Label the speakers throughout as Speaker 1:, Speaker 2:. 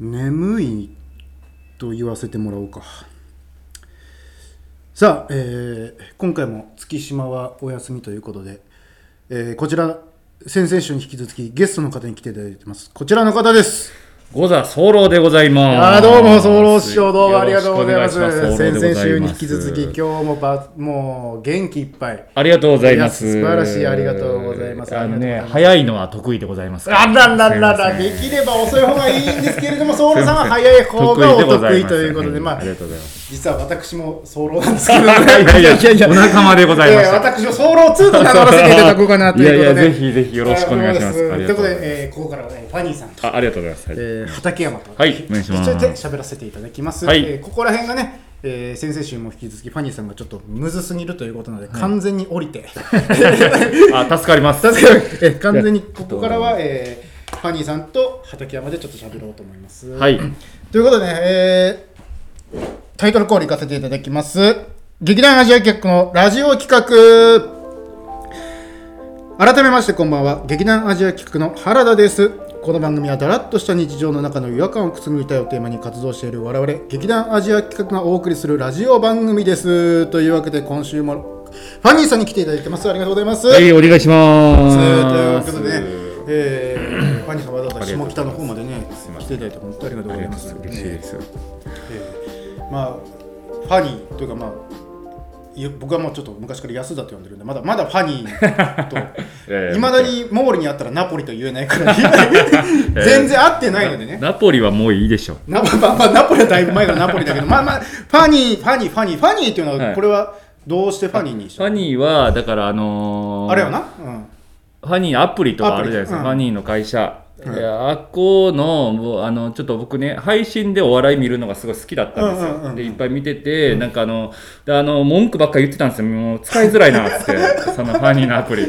Speaker 1: 眠いと言わせてもらおうかさあ、えー今回も月島はお休みということで、えーこちら先々週に引き続きゲストの方に来ていただいてますこちらの方です
Speaker 2: ゴザ早漏でございま
Speaker 1: あ
Speaker 2: す。
Speaker 1: ーどうも早漏師匠どうもありがとうございます
Speaker 2: よろしくお願いし
Speaker 1: 先
Speaker 2: ます
Speaker 1: 々週に引き続き今日
Speaker 2: 日。
Speaker 1: もばもう元気いっぱい
Speaker 2: ありがとうございます。
Speaker 1: いや素晴らしいありがとうございます
Speaker 2: あの
Speaker 1: ありがとうご
Speaker 2: ね
Speaker 1: ざい、ます
Speaker 2: 早いのは得意でございます。
Speaker 1: あらららら、
Speaker 2: すい
Speaker 1: で
Speaker 2: ません
Speaker 1: きれば遅い方がいいんですけれども、ソウルさんは早い方がお得意ということで、まあ
Speaker 2: あり、がとうございます。
Speaker 1: 実は私もソウルなんですけど、ね、
Speaker 2: いやいやいやお仲間でございました
Speaker 1: えー私もソウル2と名乗らせていただこうかなということで。
Speaker 2: いやいやぜひぜひよろしくお願いします
Speaker 1: あそうでとい
Speaker 2: あり
Speaker 1: うことと
Speaker 2: がうございます
Speaker 1: で、えーここからはね、ファニーさんと。
Speaker 2: あ、ありがとうございます。
Speaker 1: えー畠山と、
Speaker 2: はいお願いします
Speaker 1: 一緒に喋らせていただきます、
Speaker 2: はい
Speaker 1: えーここら辺がね、えー先々週も引き続きファニーさんがちょっとむずすぎるということなので、完全に降りて
Speaker 2: あ、助かります。
Speaker 1: 確かに え完全にここからは、えー、ファニーさんと畠山でちょっと喋ろうと思います。
Speaker 2: はい。
Speaker 1: ということでね、えータイトルコールいかせていただきます。劇団アジア客のラジオ企画改めましてこんばんは劇団アジア企画の原田ですこの番組はだらっとした日常の中の違和感をくすぐりたいをテーマに活動している我々劇団アジア企画がお送りするラジオ番組ですというわけで今週もファニーさんに来ていただいてますありがとうございます、
Speaker 2: はい、お願いしま
Speaker 1: と
Speaker 2: す。
Speaker 1: いうことでね、えー、ファニーさんわざわざ下北の方までね
Speaker 2: すいません
Speaker 1: 来ていただいて本当にありがとう
Speaker 2: あ
Speaker 1: ござい
Speaker 2: りがとうござい
Speaker 1: ま
Speaker 2: ます
Speaker 1: す。
Speaker 2: 嬉しいです。
Speaker 1: えーまあファニーというかまあい僕はもうちょっと昔から安田と呼んでるんでまだまだファニー
Speaker 2: いやい
Speaker 1: と
Speaker 2: や
Speaker 1: いまだに毛利にあったらナポリと言えないからい全然合ってないのでね
Speaker 2: ナポリはもういいでしょ。
Speaker 1: ナポまあまあナポリはだいぶ前からナポリだけどまあまあファニーファニーファニーファニーっていうの
Speaker 2: は
Speaker 1: はいこれはどうしてファニーにし
Speaker 2: フ
Speaker 1: た
Speaker 2: ァ
Speaker 1: の
Speaker 2: ニーは、だからあのー
Speaker 1: あれよな、うん、
Speaker 2: ファニーアプリとかあるじゃないですか、
Speaker 1: アプリうん
Speaker 2: ファニーの会社、
Speaker 1: うん
Speaker 2: いやあっこのもうあのちょっと僕ね配信でお笑い見るのがすごい好きだったんですよ、
Speaker 1: うんうんうん
Speaker 2: でいっぱい見てて、なんかあのであの文句ばっかり言ってたんですよもう使いづらいなっつって そのファニーのアプリい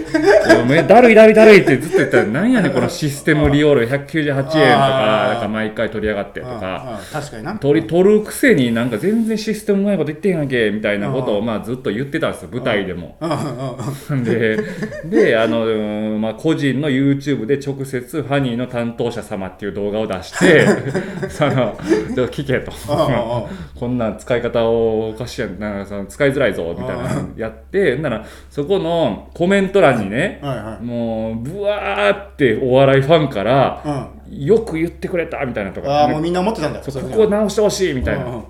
Speaker 2: やめだるいだるいだるいってずっと言ってたらなんやねんこのシステム利用料198円とか
Speaker 1: あー
Speaker 2: なんか毎回取り上がってとか。
Speaker 1: うんうん確かにな
Speaker 2: 取り取るくせになんか全然システムうまいこと言ってへんやんけみたいなことをまあずっと言ってたんですよ舞台でも
Speaker 1: うんうんうんうん
Speaker 2: でであの、うんまあ、個人の YouTube で直接ファニーの担当者様っていう動画を出して そのちょっと聞けと
Speaker 1: ああああ
Speaker 2: こんなん使い方をおかしいやんなんかその使いづらいぞみたいなのやってならそこのコメント欄にね、
Speaker 1: はいはい
Speaker 2: もうブワーってお笑いファンから、
Speaker 1: うん
Speaker 2: よく言ってくれたみたいなと
Speaker 1: あ
Speaker 2: か
Speaker 1: あもうみんな思ってたんだ
Speaker 2: そう
Speaker 1: れ
Speaker 2: こ
Speaker 1: ね
Speaker 2: こ直してほしいみたいな。
Speaker 1: うんうん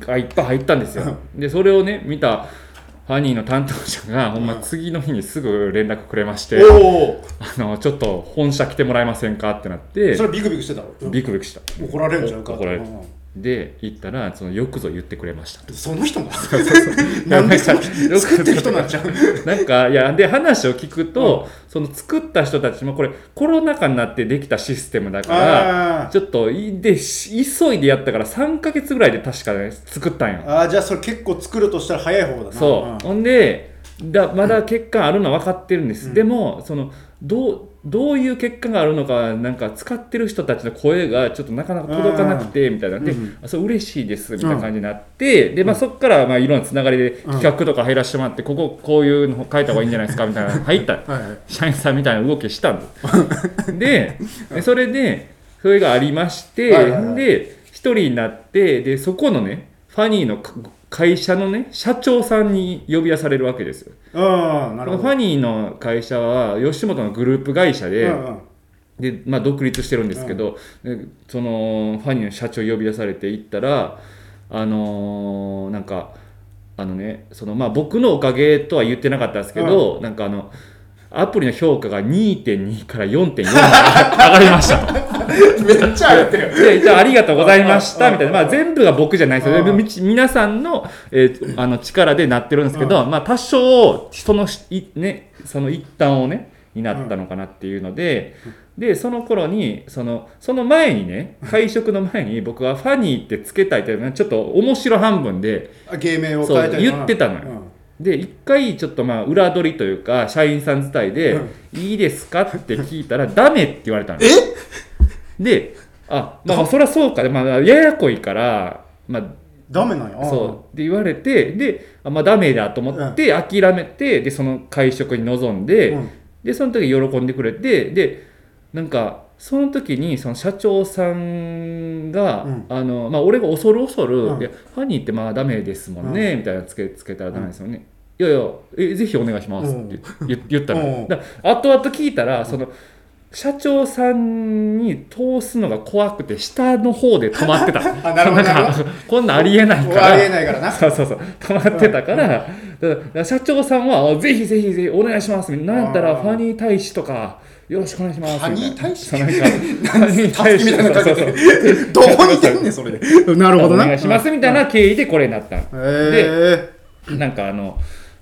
Speaker 2: がいっぱい入ったんですよ。で、それをね、見たファニーの担当者が、ほんま次の日にすぐ連絡くれまして、あ
Speaker 1: おお
Speaker 2: の、ちょっと本社来てもらえませんかってなって
Speaker 1: そ、れビクビクしてた
Speaker 2: ビクビクした。
Speaker 1: 怒られるんちゃうか
Speaker 2: 怒られる
Speaker 1: うんうん
Speaker 2: で、行ったら、その、よくぞ言ってくれましたと。
Speaker 1: その人 もなんでその人作ってる人になっちゃう
Speaker 2: なんか、いや、で、話を聞くと、その作った人たちも、これ、コロナ禍になってできたシステムだから、
Speaker 1: あー
Speaker 2: ちょっとい、で、し急いでやったから3ヶ月ぐらいで確かね、作ったんよ。
Speaker 1: あーじゃあそれ結構作るとしたら早い方だな
Speaker 2: そう、ほんでだまだ欠陥あるのは分かってるんです、
Speaker 1: うん
Speaker 2: でもそのどうどういう欠陥があるのかなんか使ってる人たちの声がちょっとなかなか届かなくてみたいなで、
Speaker 1: うん
Speaker 2: あそう嬉しいですみたいな感じになって、でまあ、そこからまあいろんなつながりで企画とか入らせてもらって、こここういうの書いた方がいいんじゃないですかみたい なの入った
Speaker 1: うんはいはい
Speaker 2: 社員さんみたいな動きしたん ですでそれでそれがありまして、
Speaker 1: はいはいはい
Speaker 2: で一人になってでそこのねファニーのか会社のね社長さんに呼び出されるわけですよ
Speaker 1: うんなるほど
Speaker 2: ファニーの会社は吉本のグループ会社で,、
Speaker 1: うんうん
Speaker 2: でまあ、独立してるんですけど、でそのファニーの社長呼び出されて行ったらあのーなんかあのねそのまあ僕のおかげとは言ってなかったんですけど、なんかあのアプリの評価が2.2から4.4に上がりましたと。
Speaker 1: めっちゃあれてる
Speaker 2: でじゃあありがとうございまし
Speaker 1: う
Speaker 2: た
Speaker 1: ん
Speaker 2: みたいな、まあ、全部が僕じゃないですよ
Speaker 1: う
Speaker 2: で
Speaker 1: ん
Speaker 2: みち皆さんの,、えーあの力でなってるんですけど、まあ、多少そのい、ね、その一端をね担ったのかなっていうので。でその頃にそのその前にね会食の前に僕は「ファニー」ってつけたいというのはちょっと面白半分で
Speaker 1: あ芸名を変えたり
Speaker 2: そう言ってたのよで一回ちょっとまあ裏取りというか社員さん伝いで
Speaker 1: うん
Speaker 2: 「いいですか?」って聞いたら「 ダメ」って言われたの
Speaker 1: え
Speaker 2: であまあまあそりゃそうか、まあ、ややこいから、まあ、
Speaker 1: ダメなんや
Speaker 2: そうって言われてであまあダメだと思って諦めて、でその会食に臨んで、
Speaker 1: うん
Speaker 2: でその時喜んでくれてでなんかその時にその社長さんが、
Speaker 1: うん
Speaker 2: あのまあ、俺が恐る恐る、
Speaker 1: うん
Speaker 2: いやファニーってまあダメですもんね、みたいなつけつけたらダメですよね、いやいやえぜひお願いしますって言言言ったの、
Speaker 1: うん
Speaker 2: だから後々聞いたらその社長さんに通すのが怖くて下の方で止まってた
Speaker 1: あなるほど
Speaker 2: んかこんなんありえない
Speaker 1: もう
Speaker 2: から
Speaker 1: ありえないからな
Speaker 2: そうそうそう溜まってたから,、だから社長さんはあ「ぜひぜひぜひお願いします」なんやったら
Speaker 1: あー
Speaker 2: ファニー大使とかよろしくお願いします
Speaker 1: ファニー大使
Speaker 2: みたいなそうなんかファニー
Speaker 1: タ
Speaker 2: 大
Speaker 1: スキみたい
Speaker 2: 使
Speaker 1: なのかけ
Speaker 2: そう
Speaker 1: て
Speaker 2: そう
Speaker 1: どこにいてんねんそれでなるほ
Speaker 2: そう
Speaker 1: ど
Speaker 2: お
Speaker 1: な
Speaker 2: 願いしますみたいな経緯でこれになったん
Speaker 1: へえ
Speaker 2: なんかあの、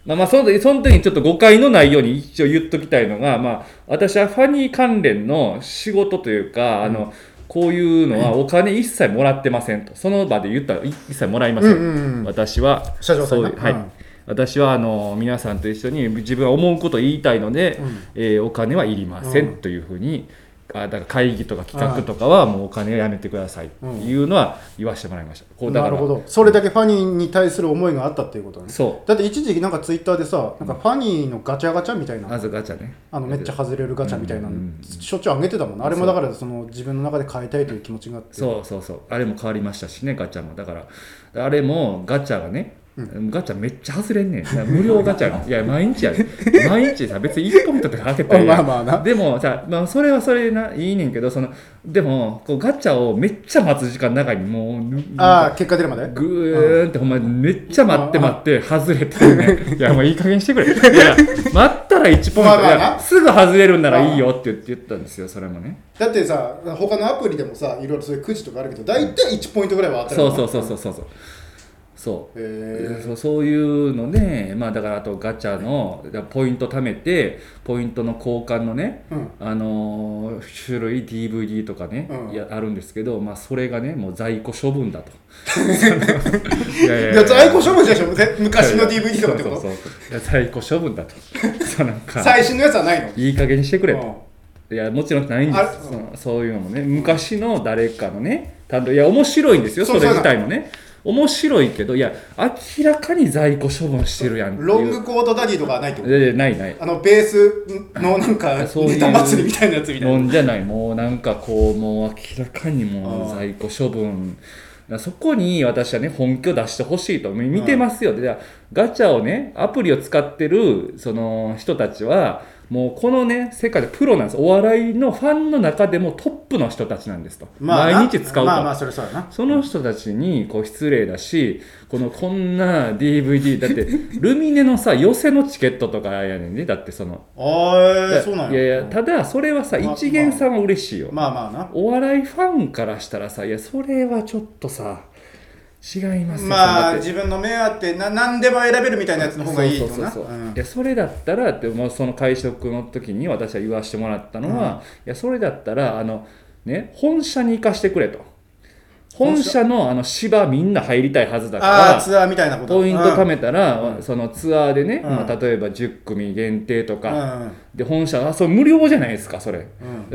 Speaker 2: まあ、まあその時その時にちょっと誤解のないように一応言っときたいのが、まあ、私はファニー関連の仕事というか、あのこういうのはお金一切もらってませんとその場で言ったらい一切もらいません、
Speaker 1: うんうんうん
Speaker 2: 私は
Speaker 1: 社長さんな
Speaker 2: そうはい
Speaker 1: うん
Speaker 2: 私はあの皆さんと一緒に自分は思うことを言いたいので、
Speaker 1: うん
Speaker 2: えーお金はいりませ
Speaker 1: うん
Speaker 2: んというふうに、あだから会議とか企画とかはもうお金はやめてくださいっていうのは言わせてもらいました、こうだ
Speaker 1: な
Speaker 2: から
Speaker 1: るほどそれだけファニーに対する思いがあったっていうことね
Speaker 2: そ
Speaker 1: だって一時期なんかツイッターでさなんかファニーのガチャガチャみたいうな
Speaker 2: あずガチャね
Speaker 1: あのめっちゃ外れるガチャみたいな
Speaker 2: うんうんうん
Speaker 1: しょっちゅう上げてたもんなあれもだからその自分の中で変えたいという気持ちがあって
Speaker 2: そうそうそうあれも変わりましたしねガチャもだからあれもガチャがね、ガチャめっちゃ外れんねんだから無料ガ チャいや毎日やで毎日さ別に1ポイントとかかけたらいいやん
Speaker 1: まあまあな
Speaker 2: でもさ、まあ、それはそれでないいねんけどそのでもこうガチャをめっちゃ待つ時間の中にもうぬ
Speaker 1: ああ結果出るまで
Speaker 2: ぐーんってほんまにめっちゃ待って待って外れて るねいやもういい加減してくれいや待ったら1ポイン
Speaker 1: まあ
Speaker 2: ト
Speaker 1: まあない
Speaker 2: やすぐ外れるんならいいよって言って言ったんですよそれもね
Speaker 1: だってさ他のアプリでもさいろいろそういうくじとかあるけど大体1ポイントぐらいは当た
Speaker 2: そ
Speaker 1: る
Speaker 2: うそううそうそうそうそうそう
Speaker 1: へえ
Speaker 2: そうそういうので、まあ、だからあとガチャのだからポイント貯めてポイントの交換のね、
Speaker 1: うん
Speaker 2: あのー種類 DVD とかね、
Speaker 1: うん
Speaker 2: いやあるんですけど、まあ、それがねもう在庫処 分だといやい
Speaker 1: いや在庫処分じゃでしょぜ 昔の DVD とかってこと
Speaker 2: そうそうそういや在庫処分だと そうなんか
Speaker 1: 最新のやつはないの
Speaker 2: いい加減にしてくれ
Speaker 1: うん
Speaker 2: といやもちろんないんで
Speaker 1: あれ
Speaker 2: すそのそういうのもね昔の誰かのね単独いや面白いんですよ
Speaker 1: そ
Speaker 2: そうれ自体もね面白いけどいや明らかに在庫処分してるやんっていう
Speaker 1: ロングコートダディとかはないってこと
Speaker 2: いやいやないない
Speaker 1: あのベースのなんか
Speaker 2: そういう
Speaker 1: ネタ祭りみたいなやつみたい
Speaker 2: 飲
Speaker 1: なん
Speaker 2: じゃないもうなんかこうもう明らかにもう
Speaker 1: ああ
Speaker 2: 在庫処分だからそこに私はね本気を出してほしいとみ見てますよでだからガチャをねアプリを使ってるその人たちはもうこのね世界でプロなんですお笑いのファンの中でもトップの人たちなんですと、
Speaker 1: な
Speaker 2: 毎日使うと、
Speaker 1: まあまあそれそうやな
Speaker 2: その人たちにこう失礼だしこのこんな DVD だってルミネのさ寄せのチケットとかやねんねだってその
Speaker 1: ああそうなん
Speaker 2: いやいやただそれはさ
Speaker 1: まあ
Speaker 2: 一元さんは嬉しいよ、
Speaker 1: まあまあな
Speaker 2: お笑いファンからしたらさいやそれはちょっとさ違いますよ
Speaker 1: まあ
Speaker 2: だって
Speaker 1: 自分の目当てな何でも選べるみたいなやつの方がいいと
Speaker 2: そう
Speaker 1: な
Speaker 2: そうそうそううんいやそれだったらって、まあ、その会食の時に私は言わせてもらったのは、いやそれだったらあの、ね、本社に行かしてくれと本社のあの芝みんな入りたいはずだから
Speaker 1: ああツアーみたいなこと
Speaker 2: ポイント貯
Speaker 1: め
Speaker 2: めたら、そのツアーでね、
Speaker 1: うん
Speaker 2: まあ、例えば10組限定と
Speaker 1: うんう
Speaker 2: か、
Speaker 1: ん
Speaker 2: で本社はそれ無料じゃないですかそれ、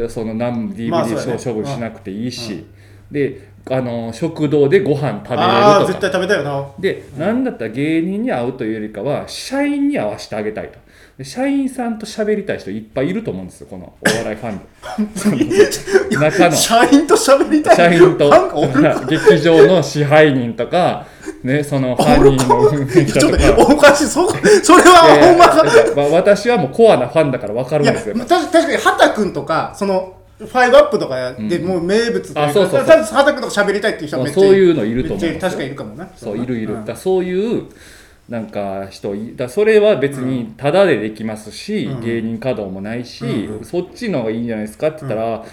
Speaker 1: う
Speaker 2: その何
Speaker 1: まあそう
Speaker 2: DVD
Speaker 1: だね
Speaker 2: 処分しなくていいし、であの食堂でご飯食べ
Speaker 1: ああ
Speaker 2: れる
Speaker 1: 絶
Speaker 2: と
Speaker 1: 対
Speaker 2: か
Speaker 1: 食べたいよな
Speaker 2: で、なんだったら芸人に会うというよりかは社員に会わせてあげたいとで社員さんと喋りたい人いっぱいいると思うんですよこのお笑いファン で 中の
Speaker 1: 社員と喋りたい
Speaker 2: 社員と
Speaker 1: なんか おる
Speaker 2: 劇場の支配人とか、ね、そのファン人の 人
Speaker 1: ちょ
Speaker 2: と
Speaker 1: っ
Speaker 2: か
Speaker 1: と おかしいそこそれはい
Speaker 2: や
Speaker 1: ほん
Speaker 2: い
Speaker 1: ま
Speaker 2: や
Speaker 1: か
Speaker 2: まあ私はもうコアなファンだから分かる
Speaker 1: い
Speaker 2: ん
Speaker 1: や
Speaker 2: ですよ
Speaker 1: 確か確かに畑君とかそのファイブアップとかでもう名物とい
Speaker 2: あそうそうそう
Speaker 1: ただ畑君とか喋りたいっていう人はめっちゃ
Speaker 2: そういうのいると思う
Speaker 1: めっちゃいる確かにいるかもね
Speaker 2: そういるいる、
Speaker 1: う
Speaker 2: だ
Speaker 1: ん
Speaker 2: からそういうなんか人いだからそれは別にタダでできますし、
Speaker 1: うん
Speaker 2: 芸人稼働もないし、
Speaker 1: うん
Speaker 2: そっちの方がいいんじゃないですかって言ったら、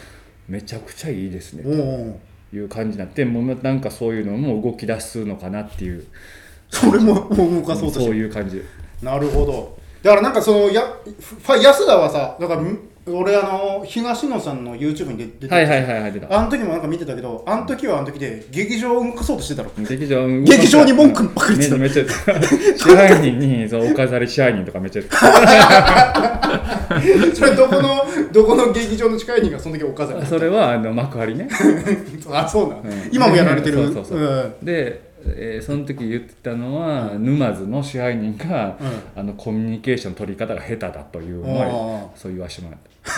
Speaker 2: めちゃくちゃいいですね
Speaker 1: おうおう
Speaker 2: という感じになってもうなんかそういうのも動き出すのかなっていう
Speaker 1: それももう動かそうとしてる
Speaker 2: いう感じ
Speaker 1: なるほどだからなんかそのやファ安田はさだからん俺あの東野さんの YouTube に出てて
Speaker 2: はいはいはいはい出た
Speaker 1: あの時もなんか見てたけどあの時はあの時で劇場を動かそうとしてたろ
Speaker 2: 劇場
Speaker 1: 劇場に文句ばっかり言ってた
Speaker 2: めめっちゃ言 ってた支配人にそうお飾り支配人とかめっちゃ言って た
Speaker 1: それどこのどこの劇場の近い人がその時おかざ り
Speaker 2: それはあの幕張ね
Speaker 1: あそうなん、
Speaker 2: うん
Speaker 1: 今もやられてる
Speaker 2: そうそうそう
Speaker 1: うん
Speaker 2: で、えーその時言ってたのは、沼津の支配人が、
Speaker 1: う
Speaker 2: あのコミュニケーション取り方が下手だというの
Speaker 1: あ
Speaker 2: をそう言わしてもらった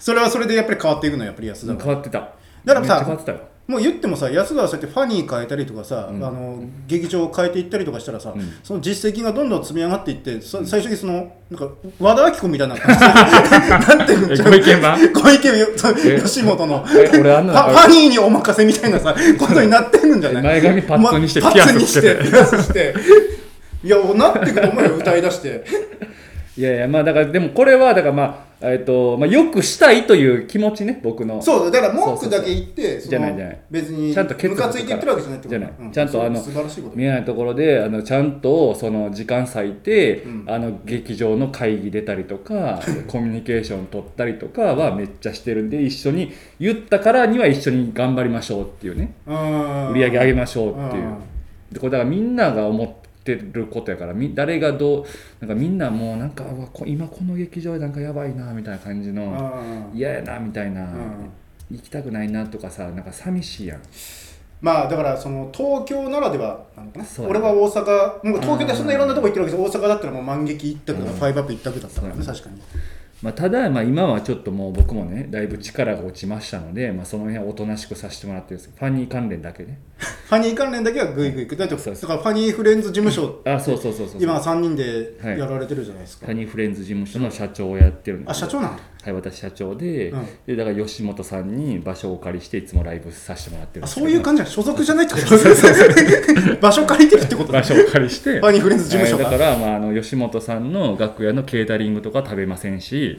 Speaker 1: それはそれでやっぱり変わっていくのはやっぱり安田
Speaker 2: 変
Speaker 1: が
Speaker 2: わってた
Speaker 1: だからさ
Speaker 2: めっちゃ変わってたよ
Speaker 1: もう言ってもさ安田はそうやってファニー変えたりとかさ、
Speaker 2: うん
Speaker 1: あの劇場を変えていったりとかしたらさ、
Speaker 2: うん
Speaker 1: その実績がどんどん積み上がっていってそ最終的にそのなんか和田アキ子みたいな感じ なんていうん
Speaker 2: え
Speaker 1: ちゃ
Speaker 2: ご意見番
Speaker 1: 小池よそう
Speaker 2: え
Speaker 1: 吉本のフ
Speaker 2: え俺あんな
Speaker 1: ァファニーにお任せみたいなさことになってるんじゃない
Speaker 2: 前髪パッツンにして
Speaker 1: ま
Speaker 2: ピア
Speaker 1: パッ
Speaker 2: ス
Speaker 1: ツンにし
Speaker 2: して
Speaker 1: てピアスしていやなってくと思うよ歌い出 して
Speaker 2: いやいやまあだからでもこれはだからまあえっ、とまあよくしたいという気持ちね僕の
Speaker 1: そうだだから文句だけ言って
Speaker 2: そうそうそ
Speaker 1: その
Speaker 2: うじゃないじゃない
Speaker 1: 別に
Speaker 2: ちゃんと結
Speaker 1: ムカついて言ってるわけじゃないってこと
Speaker 2: じゃない
Speaker 1: うん
Speaker 2: ちゃんとあの
Speaker 1: 素晴らしいこと
Speaker 2: 見えないところであのちゃんとその時間割いて、
Speaker 1: うん
Speaker 2: あの劇場の会議出たりと かコミュニケーション取ったりとかはめっちゃしてるんで一緒に言ったからには一緒に頑張りましょうっていうね
Speaker 1: 売
Speaker 2: 売り上げ上げましょうっていううんでこれだからみんなが思ってることやからみ誰がどうなんかみんなもうなんかうわこ今この劇場なんかやばいなみたいな感じの
Speaker 1: うん
Speaker 2: 嫌やなみたいな
Speaker 1: うん
Speaker 2: 行きたくないなとかさなんか寂しいやん
Speaker 1: まあだからその東京ならではなのかな
Speaker 2: そう
Speaker 1: 俺は大阪もう東京でそんないろんなとこ行ってるわけです大阪だったらもう万劇一択とかファイブアップ一択だったからね
Speaker 2: そ
Speaker 1: 確かに
Speaker 2: まあ、ただ、まあ、今はちょっともう僕もねだいぶ力が落ちましたので、まあ、その辺はおとなしくさせてもらってるんですけどファニー関連だけね
Speaker 1: ファニー関連だけはグイグイ行くだってだ
Speaker 2: そ
Speaker 1: か
Speaker 2: うそ
Speaker 1: らファニーフレンズ事務所
Speaker 2: あそうそうそうそう
Speaker 1: 今
Speaker 2: フ
Speaker 1: 3人でやられてるじゃないですか
Speaker 2: ァニーフレンズ事務所の社長をやってるんで
Speaker 1: あ
Speaker 2: す
Speaker 1: 社長なんだ
Speaker 2: はい私社長で,、
Speaker 1: うん
Speaker 2: でだから吉本さんに場所をお借りしていつもライブさせてもらってるん
Speaker 1: あ
Speaker 2: です
Speaker 1: そういう
Speaker 2: か
Speaker 1: 感じなの所属じゃないってことです 場所借りてるってことだ
Speaker 2: 場所をお借 りして
Speaker 1: ファニーフレンズ事務所
Speaker 2: は
Speaker 1: が
Speaker 2: いだから、まあ、あの吉本さんの楽屋のケータリングとか食べません し
Speaker 1: い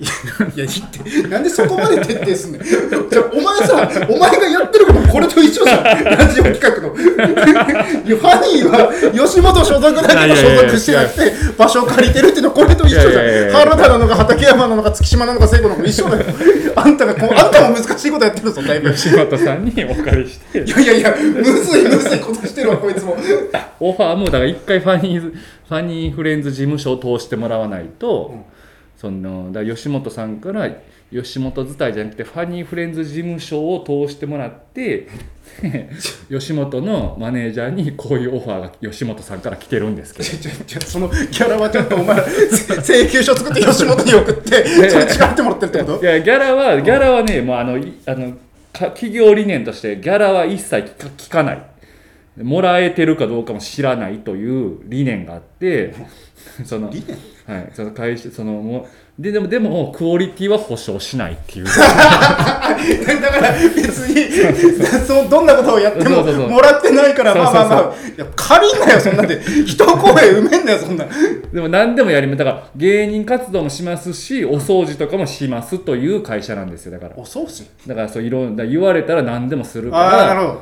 Speaker 1: や、いいって。なんでそこまで徹底すんねん。じゃあお前さ、お前がやってることこれと一緒じゃん。ラジオ企画の。いや、ファニーは吉本所属だけど所属してなくて、場所を借りてるっていうのはこれと一緒じゃ
Speaker 2: いやいやいやい
Speaker 1: ん。
Speaker 2: や
Speaker 1: 原田なのか畠山なのか月島なのか聖子なのか一緒だよ。あんたがこう、あんたも難しいことやってるぞ、だいぶ。い
Speaker 2: 吉本さんにお借りして
Speaker 1: やいやいや、むずいむずいことしてるわ、こいつも。
Speaker 2: オファーもだから一回ファニーズファニーフレンズ事務所を通してもらわないと、
Speaker 1: うん
Speaker 2: そのだから吉本さんから吉本伝いじゃなくてファニーフレンズ事務所を通してもらって で吉本のマネージャーにこういうオファーが吉本さんから来てるんですけど
Speaker 1: ちょちょそのギャラはちょっとお前らせ請求書作って吉本に送って、それ違ってもらってるってこと
Speaker 2: いやギャラはギャラはね、もうあのいあのか企業理念としてギャラは一切聞か聞かないもらえてるかどうかも知らないという理念があって その
Speaker 1: 理念
Speaker 2: はいその会社そのもうででもでもクオリティは保証しないっていう
Speaker 1: だから別にそのどんなことをやっても
Speaker 2: そうそうそう
Speaker 1: もらってないから
Speaker 2: そう
Speaker 1: ま
Speaker 2: そ
Speaker 1: あ
Speaker 2: うそう
Speaker 1: まあまあいや借りんなよそんなんで一声埋めんなよそんなん
Speaker 2: でも何でもやりまだから芸人活動もしますしお掃除とかもしますという会社なんですよだから
Speaker 1: お掃除
Speaker 2: だからそういろんな言われたら何でもするか
Speaker 1: ああな
Speaker 2: ら
Speaker 1: るほ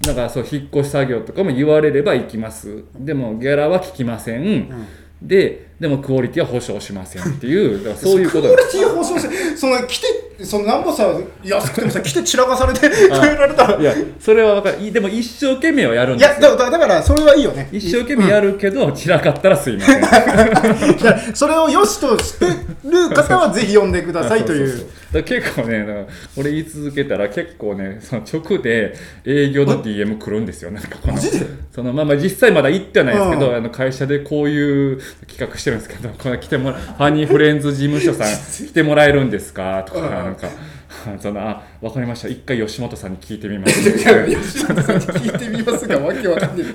Speaker 1: ど
Speaker 2: だからそう引っ越し作業とかも言われれば行きますでもギャラは聞きません、ででもクオリティは保証しませんっていうだからそういうこと
Speaker 1: クオリティを保証してその来てそのなんぼさ安く てもさ来て散らかされてくれられたら
Speaker 2: い
Speaker 1: い
Speaker 2: やそれは分かるいでも一生懸命はやるんです
Speaker 1: や
Speaker 2: よ
Speaker 1: だだだからそれはいいよね
Speaker 2: 一生懸命やるけど、散らかったらすいません
Speaker 1: いやそれを良しとしてる方はぜひ読んでくださいとい
Speaker 2: そうそううそうだから結構ねだからこれ言い続けたら結構ねその直で営業の DM 来るんですよなんかこの
Speaker 1: マジで
Speaker 2: そのまあまあ実際まだ行ってはないですけど、
Speaker 1: うん
Speaker 2: あの会社でこういう企画してるんですけどこの来てもらファニーフレンズ事務所さ ん来てもらえるんですかとか、
Speaker 1: うん
Speaker 2: なんか そのあ分かりました一回吉本さんに聞いてみます
Speaker 1: いや吉本さんに聞いてみますが、わけわかんない。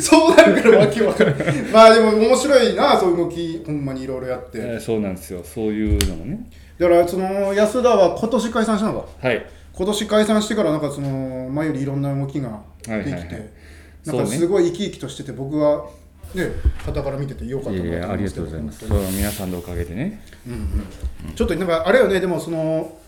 Speaker 1: そうなるからわけわかんない。まあでも面白いな、そういう動き、ほんまにいろいろやっ
Speaker 2: え
Speaker 1: て。
Speaker 2: ーそうなんですよそういうのもね
Speaker 1: だから、その安田は今年解散したのか。
Speaker 2: はい
Speaker 1: 今年解散してから、なんかその前よりいろんな動きがで
Speaker 2: はい
Speaker 1: き
Speaker 2: はいはい
Speaker 1: て、なんかすごい生き生きとしてて、僕は、ね、傍から見ててよかった
Speaker 2: い
Speaker 1: な
Speaker 2: やいやあ
Speaker 1: 思ん
Speaker 2: り
Speaker 1: でけ
Speaker 2: がと
Speaker 1: ど
Speaker 2: うございますそう皆さんのおかげでね
Speaker 1: ちょっとなんかあれよねでもその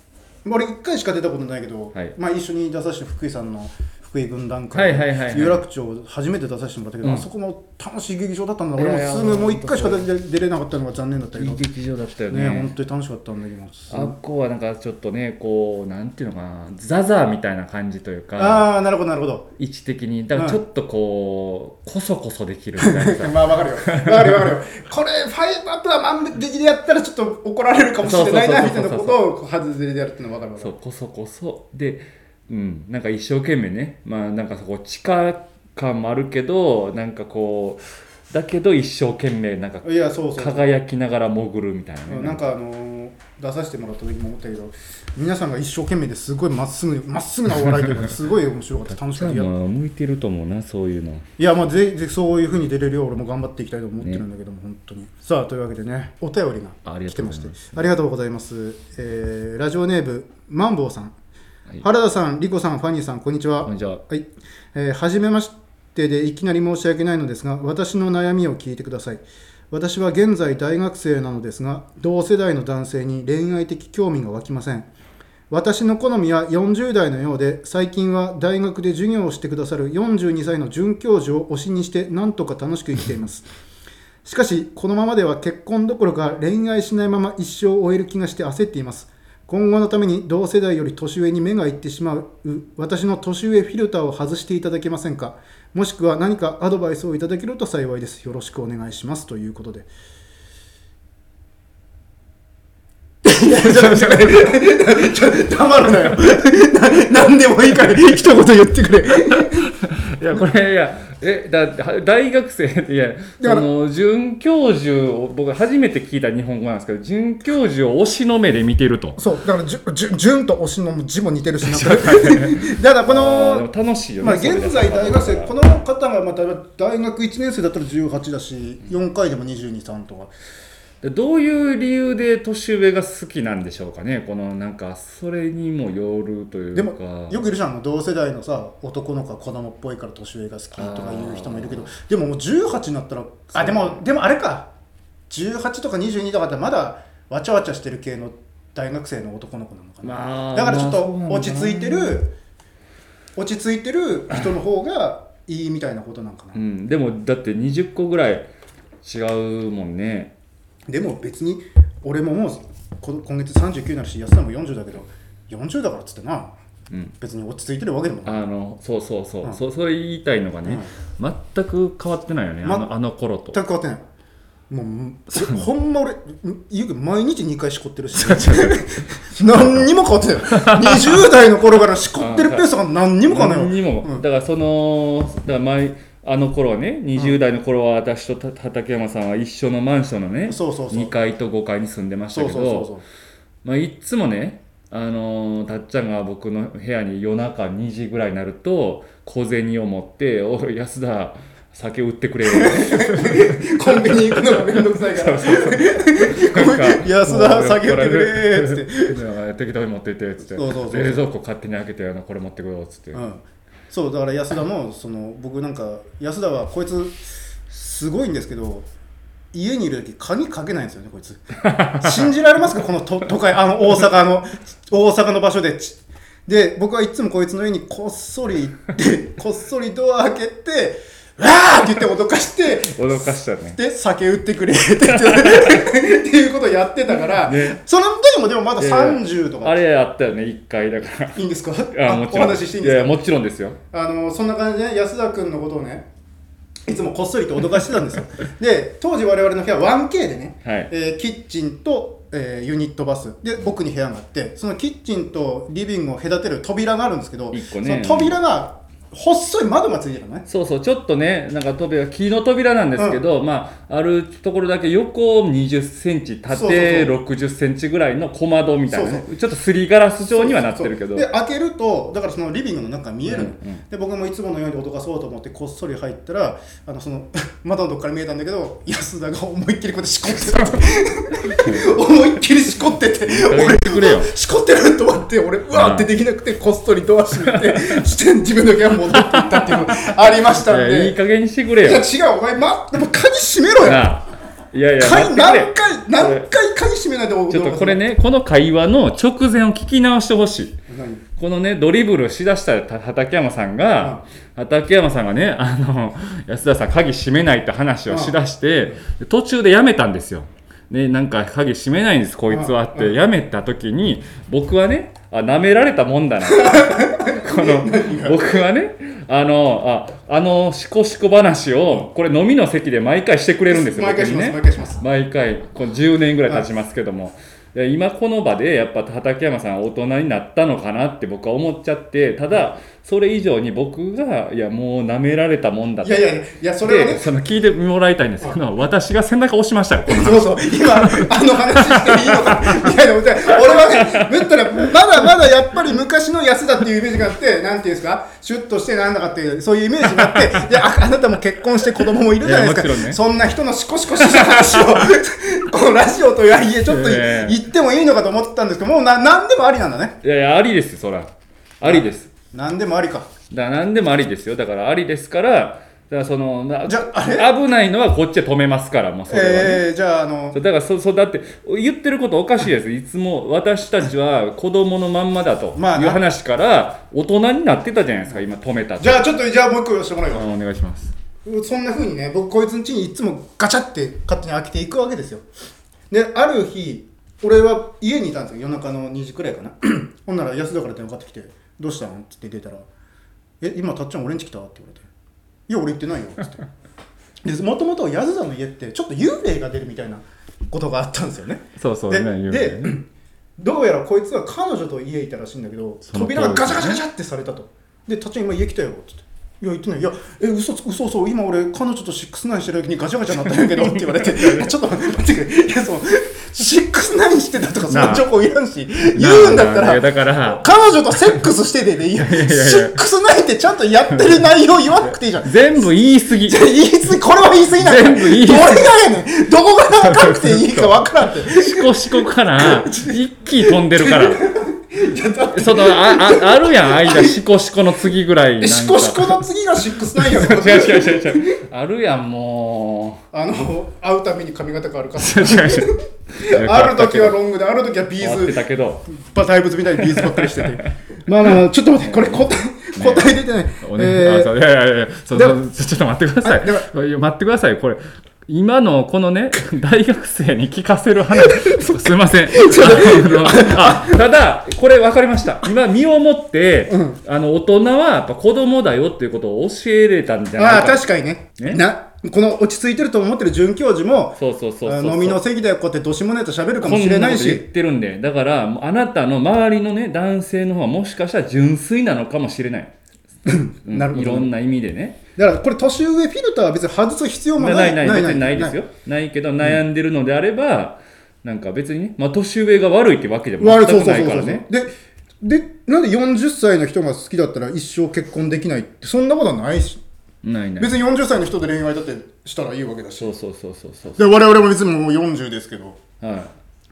Speaker 1: まあ俺1回しか出たことないけど、
Speaker 2: はい
Speaker 1: まあ、一緒に出させて福井さんの福井軍団
Speaker 2: は
Speaker 1: 会
Speaker 2: いはいはいはい
Speaker 1: 有楽町初めて出させてもらったけど、
Speaker 2: うん
Speaker 1: あそこも楽しい劇場だったんだ
Speaker 2: いやい
Speaker 1: 俺
Speaker 2: や
Speaker 1: もすぐもう1回しか出て出れなかったのが残念だったけど
Speaker 2: いい
Speaker 1: ね
Speaker 2: 劇場だったよね
Speaker 1: 本当に楽しかったんだけどす
Speaker 2: あっこはなんかちょっとねこうなんていうのかなザザーみたいな感じというか
Speaker 1: ああなるほどなるほど
Speaker 2: 位置的にだからちょっとこうこそこそできるみたい なさ
Speaker 1: まあわかるよわかるよわかるよこれファイブアップは万劇でやったらちょっと怒られるかもしれないな
Speaker 2: そう
Speaker 1: み
Speaker 2: そ
Speaker 1: た
Speaker 2: う
Speaker 1: いな
Speaker 2: そうそうそう
Speaker 1: ことを外れでやるっていうのはわかるわか
Speaker 2: そ
Speaker 1: る
Speaker 2: うこそこそでうんなんか一生懸命ねまあなんかそこ地下感もあるけどなんかこうだけど一生懸命なんか
Speaker 1: いやそうそう
Speaker 2: 輝きながら潜るみたいなね
Speaker 1: うんなんかあのー出させてもらった時も思ったけど皆さんが一生懸命ですごいまっすぐまっすぐなお笑いというかすごい面白かった楽しかったいや
Speaker 2: まあ向いてると思うなそういうの
Speaker 1: いやまあぜぜそういうふうに出れるよう俺も頑張っていきたいと思ってるんだけども、本当にさあというわけでねお便り
Speaker 2: あ
Speaker 1: が
Speaker 2: りが
Speaker 1: 来
Speaker 2: と
Speaker 1: て
Speaker 2: うご
Speaker 1: ま
Speaker 2: ざ
Speaker 1: し
Speaker 2: い
Speaker 1: て
Speaker 2: ま
Speaker 1: ありがとうございます、えーラジオネームマンボウさん、
Speaker 2: はい
Speaker 1: 原田さんリコさんファニーさんこんにちは
Speaker 2: こんにちは
Speaker 1: はい、えー、はじめましてでいきなり申し訳ないのですが私の悩みを聞いてください私は現在大学生なのですが同世代の男性に恋愛的興味が湧きません私の好みは40代のようで最近は大学で授業をしてくださる42歳の准教授を推しにしてなんとか楽しく生きていますしかしこのままでは結婚どころか恋愛しないまま一生を終える気がして焦っています今後のために同世代より年上に目がいってしまう私の年上フィルターを外していただけませんかもしくは何かアドバイスをいただけると幸いですよろしくお願いしますということでいやちょっと待ってちょっと 黙るなよ な何でもいいから一言言ってくれ
Speaker 2: いやこれいやえだっては大学生っていや
Speaker 1: だか
Speaker 2: そ
Speaker 1: ら
Speaker 2: の准教授を僕初めて聞いた日本語なんですけど准教授を推しの目で見てると
Speaker 1: そうだからじゅじゅ純と推しの字も似てるし なんかだからこ
Speaker 2: あー
Speaker 1: の
Speaker 2: でも楽しいよね、
Speaker 1: まあ、
Speaker 2: それ
Speaker 1: 現在大学生こ
Speaker 2: の
Speaker 1: の方がまた大学1年生だったら18だし4回でも223とか
Speaker 2: どういう理由で年上が好きなんでしょうかねこのなんかそれにもよるという
Speaker 1: で
Speaker 2: か
Speaker 1: もよくいるじゃんもう同世代のさ男の子は子供っぽいから年上が好きとかいう人もいるけどでももう18になったらあでもでもあれか18とか22とかだったらまだわちゃわちゃしてる系の大学生の男の子なのかな、
Speaker 2: まあ
Speaker 1: だからちょっ
Speaker 2: まあ
Speaker 1: と
Speaker 2: そうなんだ
Speaker 1: 落ち着いてる落ち着いてる人の方がいいみたいなことなんかな
Speaker 2: うん、でもだって20個ぐらい違うもんね
Speaker 1: でも別に俺ももうこ今月39になるし安さんも40だけど40だからっつってな
Speaker 2: うん
Speaker 1: 別に落ち着いてるわけでもない
Speaker 2: あのそうそうそう、
Speaker 1: うん
Speaker 2: そそれ言いたいのがね、全く変わってないよね、あ
Speaker 1: ま
Speaker 2: のあの頃と
Speaker 1: 全く変わってないもううんほんま俺うんゆうくん毎日2回しこって るし何にも変わってない20代の頃からしこってるペースが何にも変わら
Speaker 2: 何
Speaker 1: ない
Speaker 2: にも、
Speaker 1: うん
Speaker 2: だからそのだから前あの頃はね20代の頃は私とた畠山さんは一緒のマンションのね
Speaker 1: そうそうそう
Speaker 2: 2階と5階に住んでました
Speaker 1: そう
Speaker 2: け
Speaker 1: そうそう
Speaker 2: ど
Speaker 1: そう
Speaker 2: まあいっつもねあのーたっちゃんが僕の部屋に夜中2時ぐらいになると小銭を持って「おい安田酒売ってく れよ」
Speaker 1: コンビニ行くのがめんどくさいから
Speaker 2: なんか
Speaker 1: 安田酒売ってくれーっつって
Speaker 2: つって適当に持っていてっつって
Speaker 1: そうそうそう
Speaker 2: 冷蔵庫勝手に開けてあのこれ持ってくよっつって、
Speaker 1: うん、そうだから安田もその僕なんか安田はこいつすごいんですけど家にいる時鍵かけないんですよねこい つ信じられますかこの都都会あの大阪の大阪の場所でちで僕はいつもこいつの家にこっそり行ってこっそりドア開けて「わー!」って言って脅かして
Speaker 2: 脅 かしたね
Speaker 1: で酒売ってくれって言ってっていうことをやってたから、
Speaker 2: ね
Speaker 1: その時もでもまだ
Speaker 2: いやいや
Speaker 1: 30とか
Speaker 2: あれあったよね1階だから
Speaker 1: いいんですか
Speaker 2: あ
Speaker 1: あ
Speaker 2: もち
Speaker 1: お
Speaker 2: ろん
Speaker 1: 話ししていいんですか
Speaker 2: ややもちろんですよ
Speaker 1: あのそんな感じで、ね、安田君のことをねいつもこっそりと脅かしてたんです よで当時我々の部屋は 1K でね、
Speaker 2: はい
Speaker 1: えーキッチンと、えーユニットバスで奥に部屋があってそのキッチンとリビングを隔てる扉があるんですけど、
Speaker 2: 一個ね
Speaker 1: その扉が細い窓がついてるのね
Speaker 2: そうそうちょっとねなんか扉木の扉なんですけど、まああるところだけ横20センチ
Speaker 1: そうそう
Speaker 2: 縦
Speaker 1: そ
Speaker 2: 60センチぐらいの小窓みたいなね
Speaker 1: そう
Speaker 2: ちょっとすりガラス状にはなってるけど
Speaker 1: そうそうで開けるとだからそのリビングの中が見えるの、
Speaker 2: うんうん
Speaker 1: で僕もいつものように脅かそうと思ってこっそり入ったらあのその窓のとこから見えたんだけど安田が思いっきりこうやってしこってた思いっきりしこってて
Speaker 2: 加減
Speaker 1: 俺
Speaker 2: してくれよ
Speaker 1: しこってると思って俺うわーってできなくてこっそりドア閉めてして自分の部屋戻っていったっていうのがありましたん
Speaker 2: いやい
Speaker 1: で。
Speaker 2: い加減にしてくれ
Speaker 1: いや
Speaker 2: よ
Speaker 1: 違うお前、ま、でも鍵閉めろよ
Speaker 2: なあいやいや
Speaker 1: 鍵
Speaker 2: 待ってくれ
Speaker 1: 何回何回鍵閉めないでお
Speaker 2: ちょっとこれねこの会話の直前を聞き直してほしい
Speaker 1: 何
Speaker 2: このねドリブルしだしたた畠山さんが、畠山さんがねあの安田さん鍵閉めないって話をしだして、で途中でやめたんですよ。ね、なんか鍵閉めないんですこいつはっ
Speaker 1: うんう
Speaker 2: てやめた時に僕はねあ舐められたもんだな この僕はねあのああのしこしこ話をこれ飲みの席で毎回してくれるんですよ
Speaker 1: 毎回し
Speaker 2: 僕
Speaker 1: ます
Speaker 2: にね
Speaker 1: 毎回します
Speaker 2: 毎回この10年ぐらい経ちますけども、で今この場でやっぱ畠山さんは大人になったのかなって僕は思っちゃってただそれ以上に僕がいやもう舐められたもんだ
Speaker 1: い
Speaker 2: と
Speaker 1: やいやいやそれを
Speaker 2: で
Speaker 1: ね
Speaker 2: その聞いてもらいたいんですけど私が背中押しましたよこの
Speaker 1: そうそう今あの話していいのかみたいなことで俺はねぶったらまだまだやっぱり昔の安田っていうイメージがあってなんていうんですかシュッとしてなんだかっていうそういうイメージがあ っていやああなたも結婚して子供もいるじゃないですか
Speaker 2: いやもちろんね
Speaker 1: そんな人のシコシコした話をこのラジオとはいえちょっと
Speaker 2: いやいや
Speaker 1: 言ってもいいのかと思ってたんですけどもうな何でもありなんだね
Speaker 2: いやいやありですよそらありです
Speaker 1: 何でもありか
Speaker 2: だから何でもありですよだからありですからだからそのな
Speaker 1: じゃあ
Speaker 2: 危ないのはこっちで止めますからもうそれはね、
Speaker 1: えー、じゃああの
Speaker 2: そうだからそそうだって言ってることおかしいですいつも私たちは子供のまんまだという
Speaker 1: まあな
Speaker 2: 話から大人になってたじゃないですか今止めたと
Speaker 1: じゃあちょっとじゃあもう一個言わせてもらうよ
Speaker 2: あお願いします
Speaker 1: そんな風にね僕こいつん家にいつもガチャって勝手に開けていくわけですよである日俺は家にいたんですよ夜中の2時くらいかな ほんなら安田から電話かかってきて「どうしたの?」っつって出たら「え今たっちゃん俺ん家来た?」って言われて「いや俺行ってないよ」っつってでもともと安田の家ってちょっと幽霊が出るみたいなことがあったんですよね
Speaker 2: そうそう
Speaker 1: で
Speaker 2: ね言うよ
Speaker 1: で
Speaker 2: ね
Speaker 1: どうやらこいつは彼女と家いたらしいんだけど
Speaker 2: その通り
Speaker 1: 扉がガチャガチャガチャってされたとで「たち今家来たよ」っつって「いや言ってないいやえ嘘つ嘘そう今俺彼女とシックスナインしてる時にガチャガチャなったんやけど」って言われて「いやちょっと待ってくれいやそのシックスナインしてたとかそ
Speaker 2: な
Speaker 1: の
Speaker 2: あ
Speaker 1: 情報いらんし言うんだった
Speaker 2: いや
Speaker 1: ら
Speaker 2: だから
Speaker 1: 彼女とセックスしててねいや
Speaker 2: いやいや
Speaker 1: シックスナインってちゃんとやってる内容言わなくていいじゃん」
Speaker 2: 全部言い過ぎ
Speaker 1: いや言い過ぎこれは言い過ぎなんだ
Speaker 2: 全部言い過
Speaker 1: ど
Speaker 2: ぎ
Speaker 1: れがやねんどこが分かくていいか分からんって
Speaker 2: シコシコから一気に飛んでるから
Speaker 1: いやだって
Speaker 2: そのあああるやん間シコシコの次ぐらいなん
Speaker 1: え
Speaker 2: か
Speaker 1: シコシコの次がシックスナインやぞ
Speaker 2: 違う違う違う違うあるやんも
Speaker 1: あの会うために髪型変わるか
Speaker 2: う違う違う
Speaker 1: ある時はロングである時はビ
Speaker 2: 変わって
Speaker 1: ーズ
Speaker 2: たけど
Speaker 1: バ大仏みたいにビーズばっかりして てまあまあまあちょっと待ってこれ答え答え出てない、
Speaker 2: お
Speaker 1: え
Speaker 2: ね
Speaker 1: ー
Speaker 2: あそういやいやいやそう
Speaker 1: で
Speaker 2: そ
Speaker 1: も
Speaker 2: うちょっと待ってくださ
Speaker 1: あで
Speaker 2: いいや待ってくださいこれ今のこのね 大学生に聞かせる 話そうすいませんあのあただこれ分かりました今身をもって、
Speaker 1: うん
Speaker 2: あの大人はやっぱ子供だよっていうことを教えれたんじゃない
Speaker 1: あ
Speaker 2: か
Speaker 1: ー確かにね
Speaker 2: ね
Speaker 1: なこの落ち着いてると思ってる准教授も
Speaker 2: そうそうそうそう
Speaker 1: あ飲みの席でこうやってどしもねと喋るか
Speaker 2: こ
Speaker 1: も
Speaker 2: ん
Speaker 1: しれな
Speaker 2: なこ
Speaker 1: い
Speaker 2: と言っ
Speaker 1: して
Speaker 2: るんでだからもうあなたの周りのね男性の方はもしかしたら純粋なのかもしれない、うん
Speaker 1: なるほど
Speaker 2: いろんな意味でね
Speaker 1: だからこれ年上フィルターは別に外す必要も
Speaker 2: な
Speaker 1: ないい
Speaker 2: ない別にないですよないけど悩んでるのであれば、なんか別にね、まあ、年上が悪いってわけでも
Speaker 1: 悪
Speaker 2: 全
Speaker 1: いそう
Speaker 2: く
Speaker 1: そう
Speaker 2: な
Speaker 1: そうそ
Speaker 2: いから
Speaker 1: う
Speaker 2: ね
Speaker 1: ででなんで40歳の人が好きだったら一生結婚できないってそんなことはないし
Speaker 2: ないない
Speaker 1: 別に40歳の人で恋愛だってしたらいいわけだし
Speaker 2: そうそうそうそうそう
Speaker 1: で我々も別にもう40ですけど
Speaker 2: はい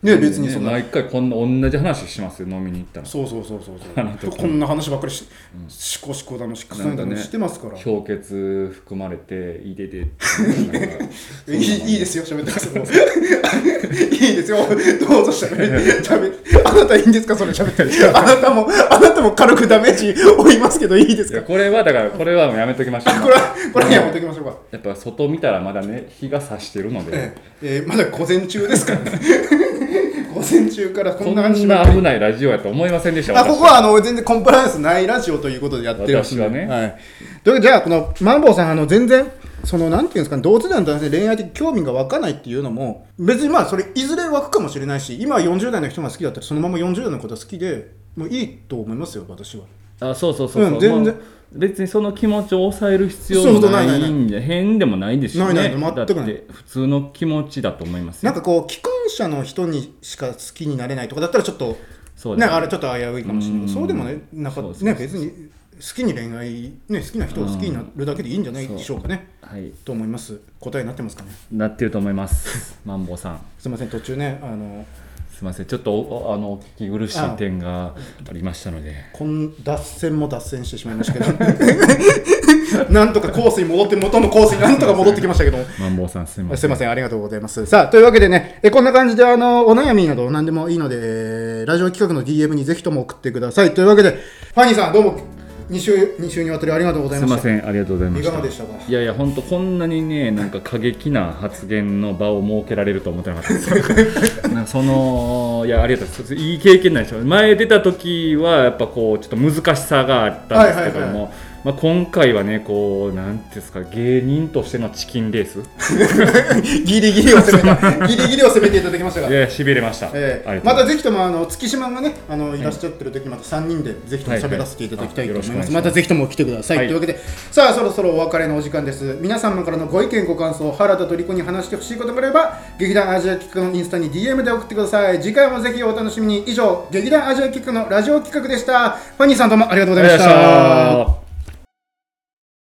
Speaker 1: ね別にそんな、
Speaker 2: 毎回こんな同じ話しますよ飲みに行ったら
Speaker 1: そうそうそうそう
Speaker 2: あの
Speaker 1: そう
Speaker 2: 時
Speaker 1: こんな話ばっかりし、しこしこだのしくさんだ
Speaker 2: なんか
Speaker 1: の
Speaker 2: ね
Speaker 1: してますから、
Speaker 2: 氷結含まれて入れてってなんか
Speaker 1: いいいいですよ喋ってください いいですよどうぞ喋って喋ってあなたいいんですかそれ喋ってあなたもあなたも軽くダメージ負いますけどいいです
Speaker 2: い
Speaker 1: か
Speaker 2: やこれはだからこれはもうやめときましょう
Speaker 1: これはこれには持っておきましょうか
Speaker 2: やっぱ外見たらまだね日が差してるので
Speaker 1: えええーまだ午前中ですからね 午前中からこ
Speaker 2: こ
Speaker 1: ん
Speaker 2: ん
Speaker 1: な話ばっ
Speaker 2: な
Speaker 1: かり
Speaker 2: 危ないラジオやと思いませんでした
Speaker 1: あここはあの全然コンプライアンスないラジオということでやってるん
Speaker 2: 私はね
Speaker 1: はい、というわけでじゃあこのマンボウさんあの全然そのなんていうんですかね同世代の男性に恋愛的興味が湧かないっていうのも別にまあそれいずれ湧くかもしれないし今40代の人が好きだったらそのまま40代のことは好きでもういいと思いますよ私は
Speaker 2: あそうそうそうそう、
Speaker 1: うん全然
Speaker 2: もう別にその気持ちを抑える必要
Speaker 1: そ
Speaker 2: も
Speaker 1: うそうない
Speaker 2: ないんじゃ変でもないですしね
Speaker 1: ないない全くない
Speaker 2: だって普通の気持ちだと思います
Speaker 1: なん
Speaker 2: よ
Speaker 1: かこう既婚者の人にしか好きになれないとかだったらちょっと
Speaker 2: そうで
Speaker 1: なん
Speaker 2: す
Speaker 1: かあれちょっと危ういかもしれな
Speaker 2: う
Speaker 1: い
Speaker 2: ん
Speaker 1: そうでもねなんか
Speaker 2: そうそうそう
Speaker 1: ね別に好きに恋愛、ね、好きな人を好きになるだけでいいんじゃないでしょうかね
Speaker 2: はい
Speaker 1: と思います答えになってますかね
Speaker 2: なってると思います マンボウさん
Speaker 1: すみません途中ねあの
Speaker 2: すいませんちょっとおおあのお聞き苦しい点がありましたので
Speaker 1: こん脱線も脱線してしまいましたけど なんとかコースに戻って元のコースになんとか戻ってきましたけども
Speaker 2: マンボウさんすいません
Speaker 1: すいません、ありがとうございます。さあ、というわけでね、えこんな感じで、あの、お悩みなど何でもいいので、えーラジオ企画の DM にぜひとも送ってください。というわけで、ファニーさん、どうも、2週、二週にわたりありがとうござい
Speaker 2: すい
Speaker 1: まし
Speaker 2: ま
Speaker 1: た。
Speaker 2: せんありがとうございました
Speaker 1: いかがでしたか
Speaker 2: いやいや本当こんなにねなんか過激な発言の場を設けられると思ってなかったです なんかそのいやありがとうございますいい経験なんでしょう前出た時はやっぱこうちょっと難しさがあったんですけども、
Speaker 1: はいはい
Speaker 2: まあ、今回はねこうなんていうんですか芸人としてのチキンレース
Speaker 1: ギリギリを攻めたギリギリを攻めていただきましたが
Speaker 2: いやしびれました、
Speaker 1: え
Speaker 2: あ
Speaker 1: え、
Speaker 2: りがと
Speaker 1: ま
Speaker 2: うございます
Speaker 1: たぜひともあの月島がねあのいらっしゃってる時また3人でぜひとも喋らせていただきたいと思います,、
Speaker 2: はいはいはいあよろしくお願いします
Speaker 1: またぜひとも来てください、
Speaker 2: はい
Speaker 1: というわけでさあそろそろお別れのお時間です皆様からのご意見ご感想原田とリコに話してほしいことがあれば劇団アジア企画のインスタに DM で送ってください次回もぜひお楽しみに以上劇団アジア企画のラジオ企画でしたファニーさんどうもありがとうございまし
Speaker 2: ありがとうございま
Speaker 1: た
Speaker 2: した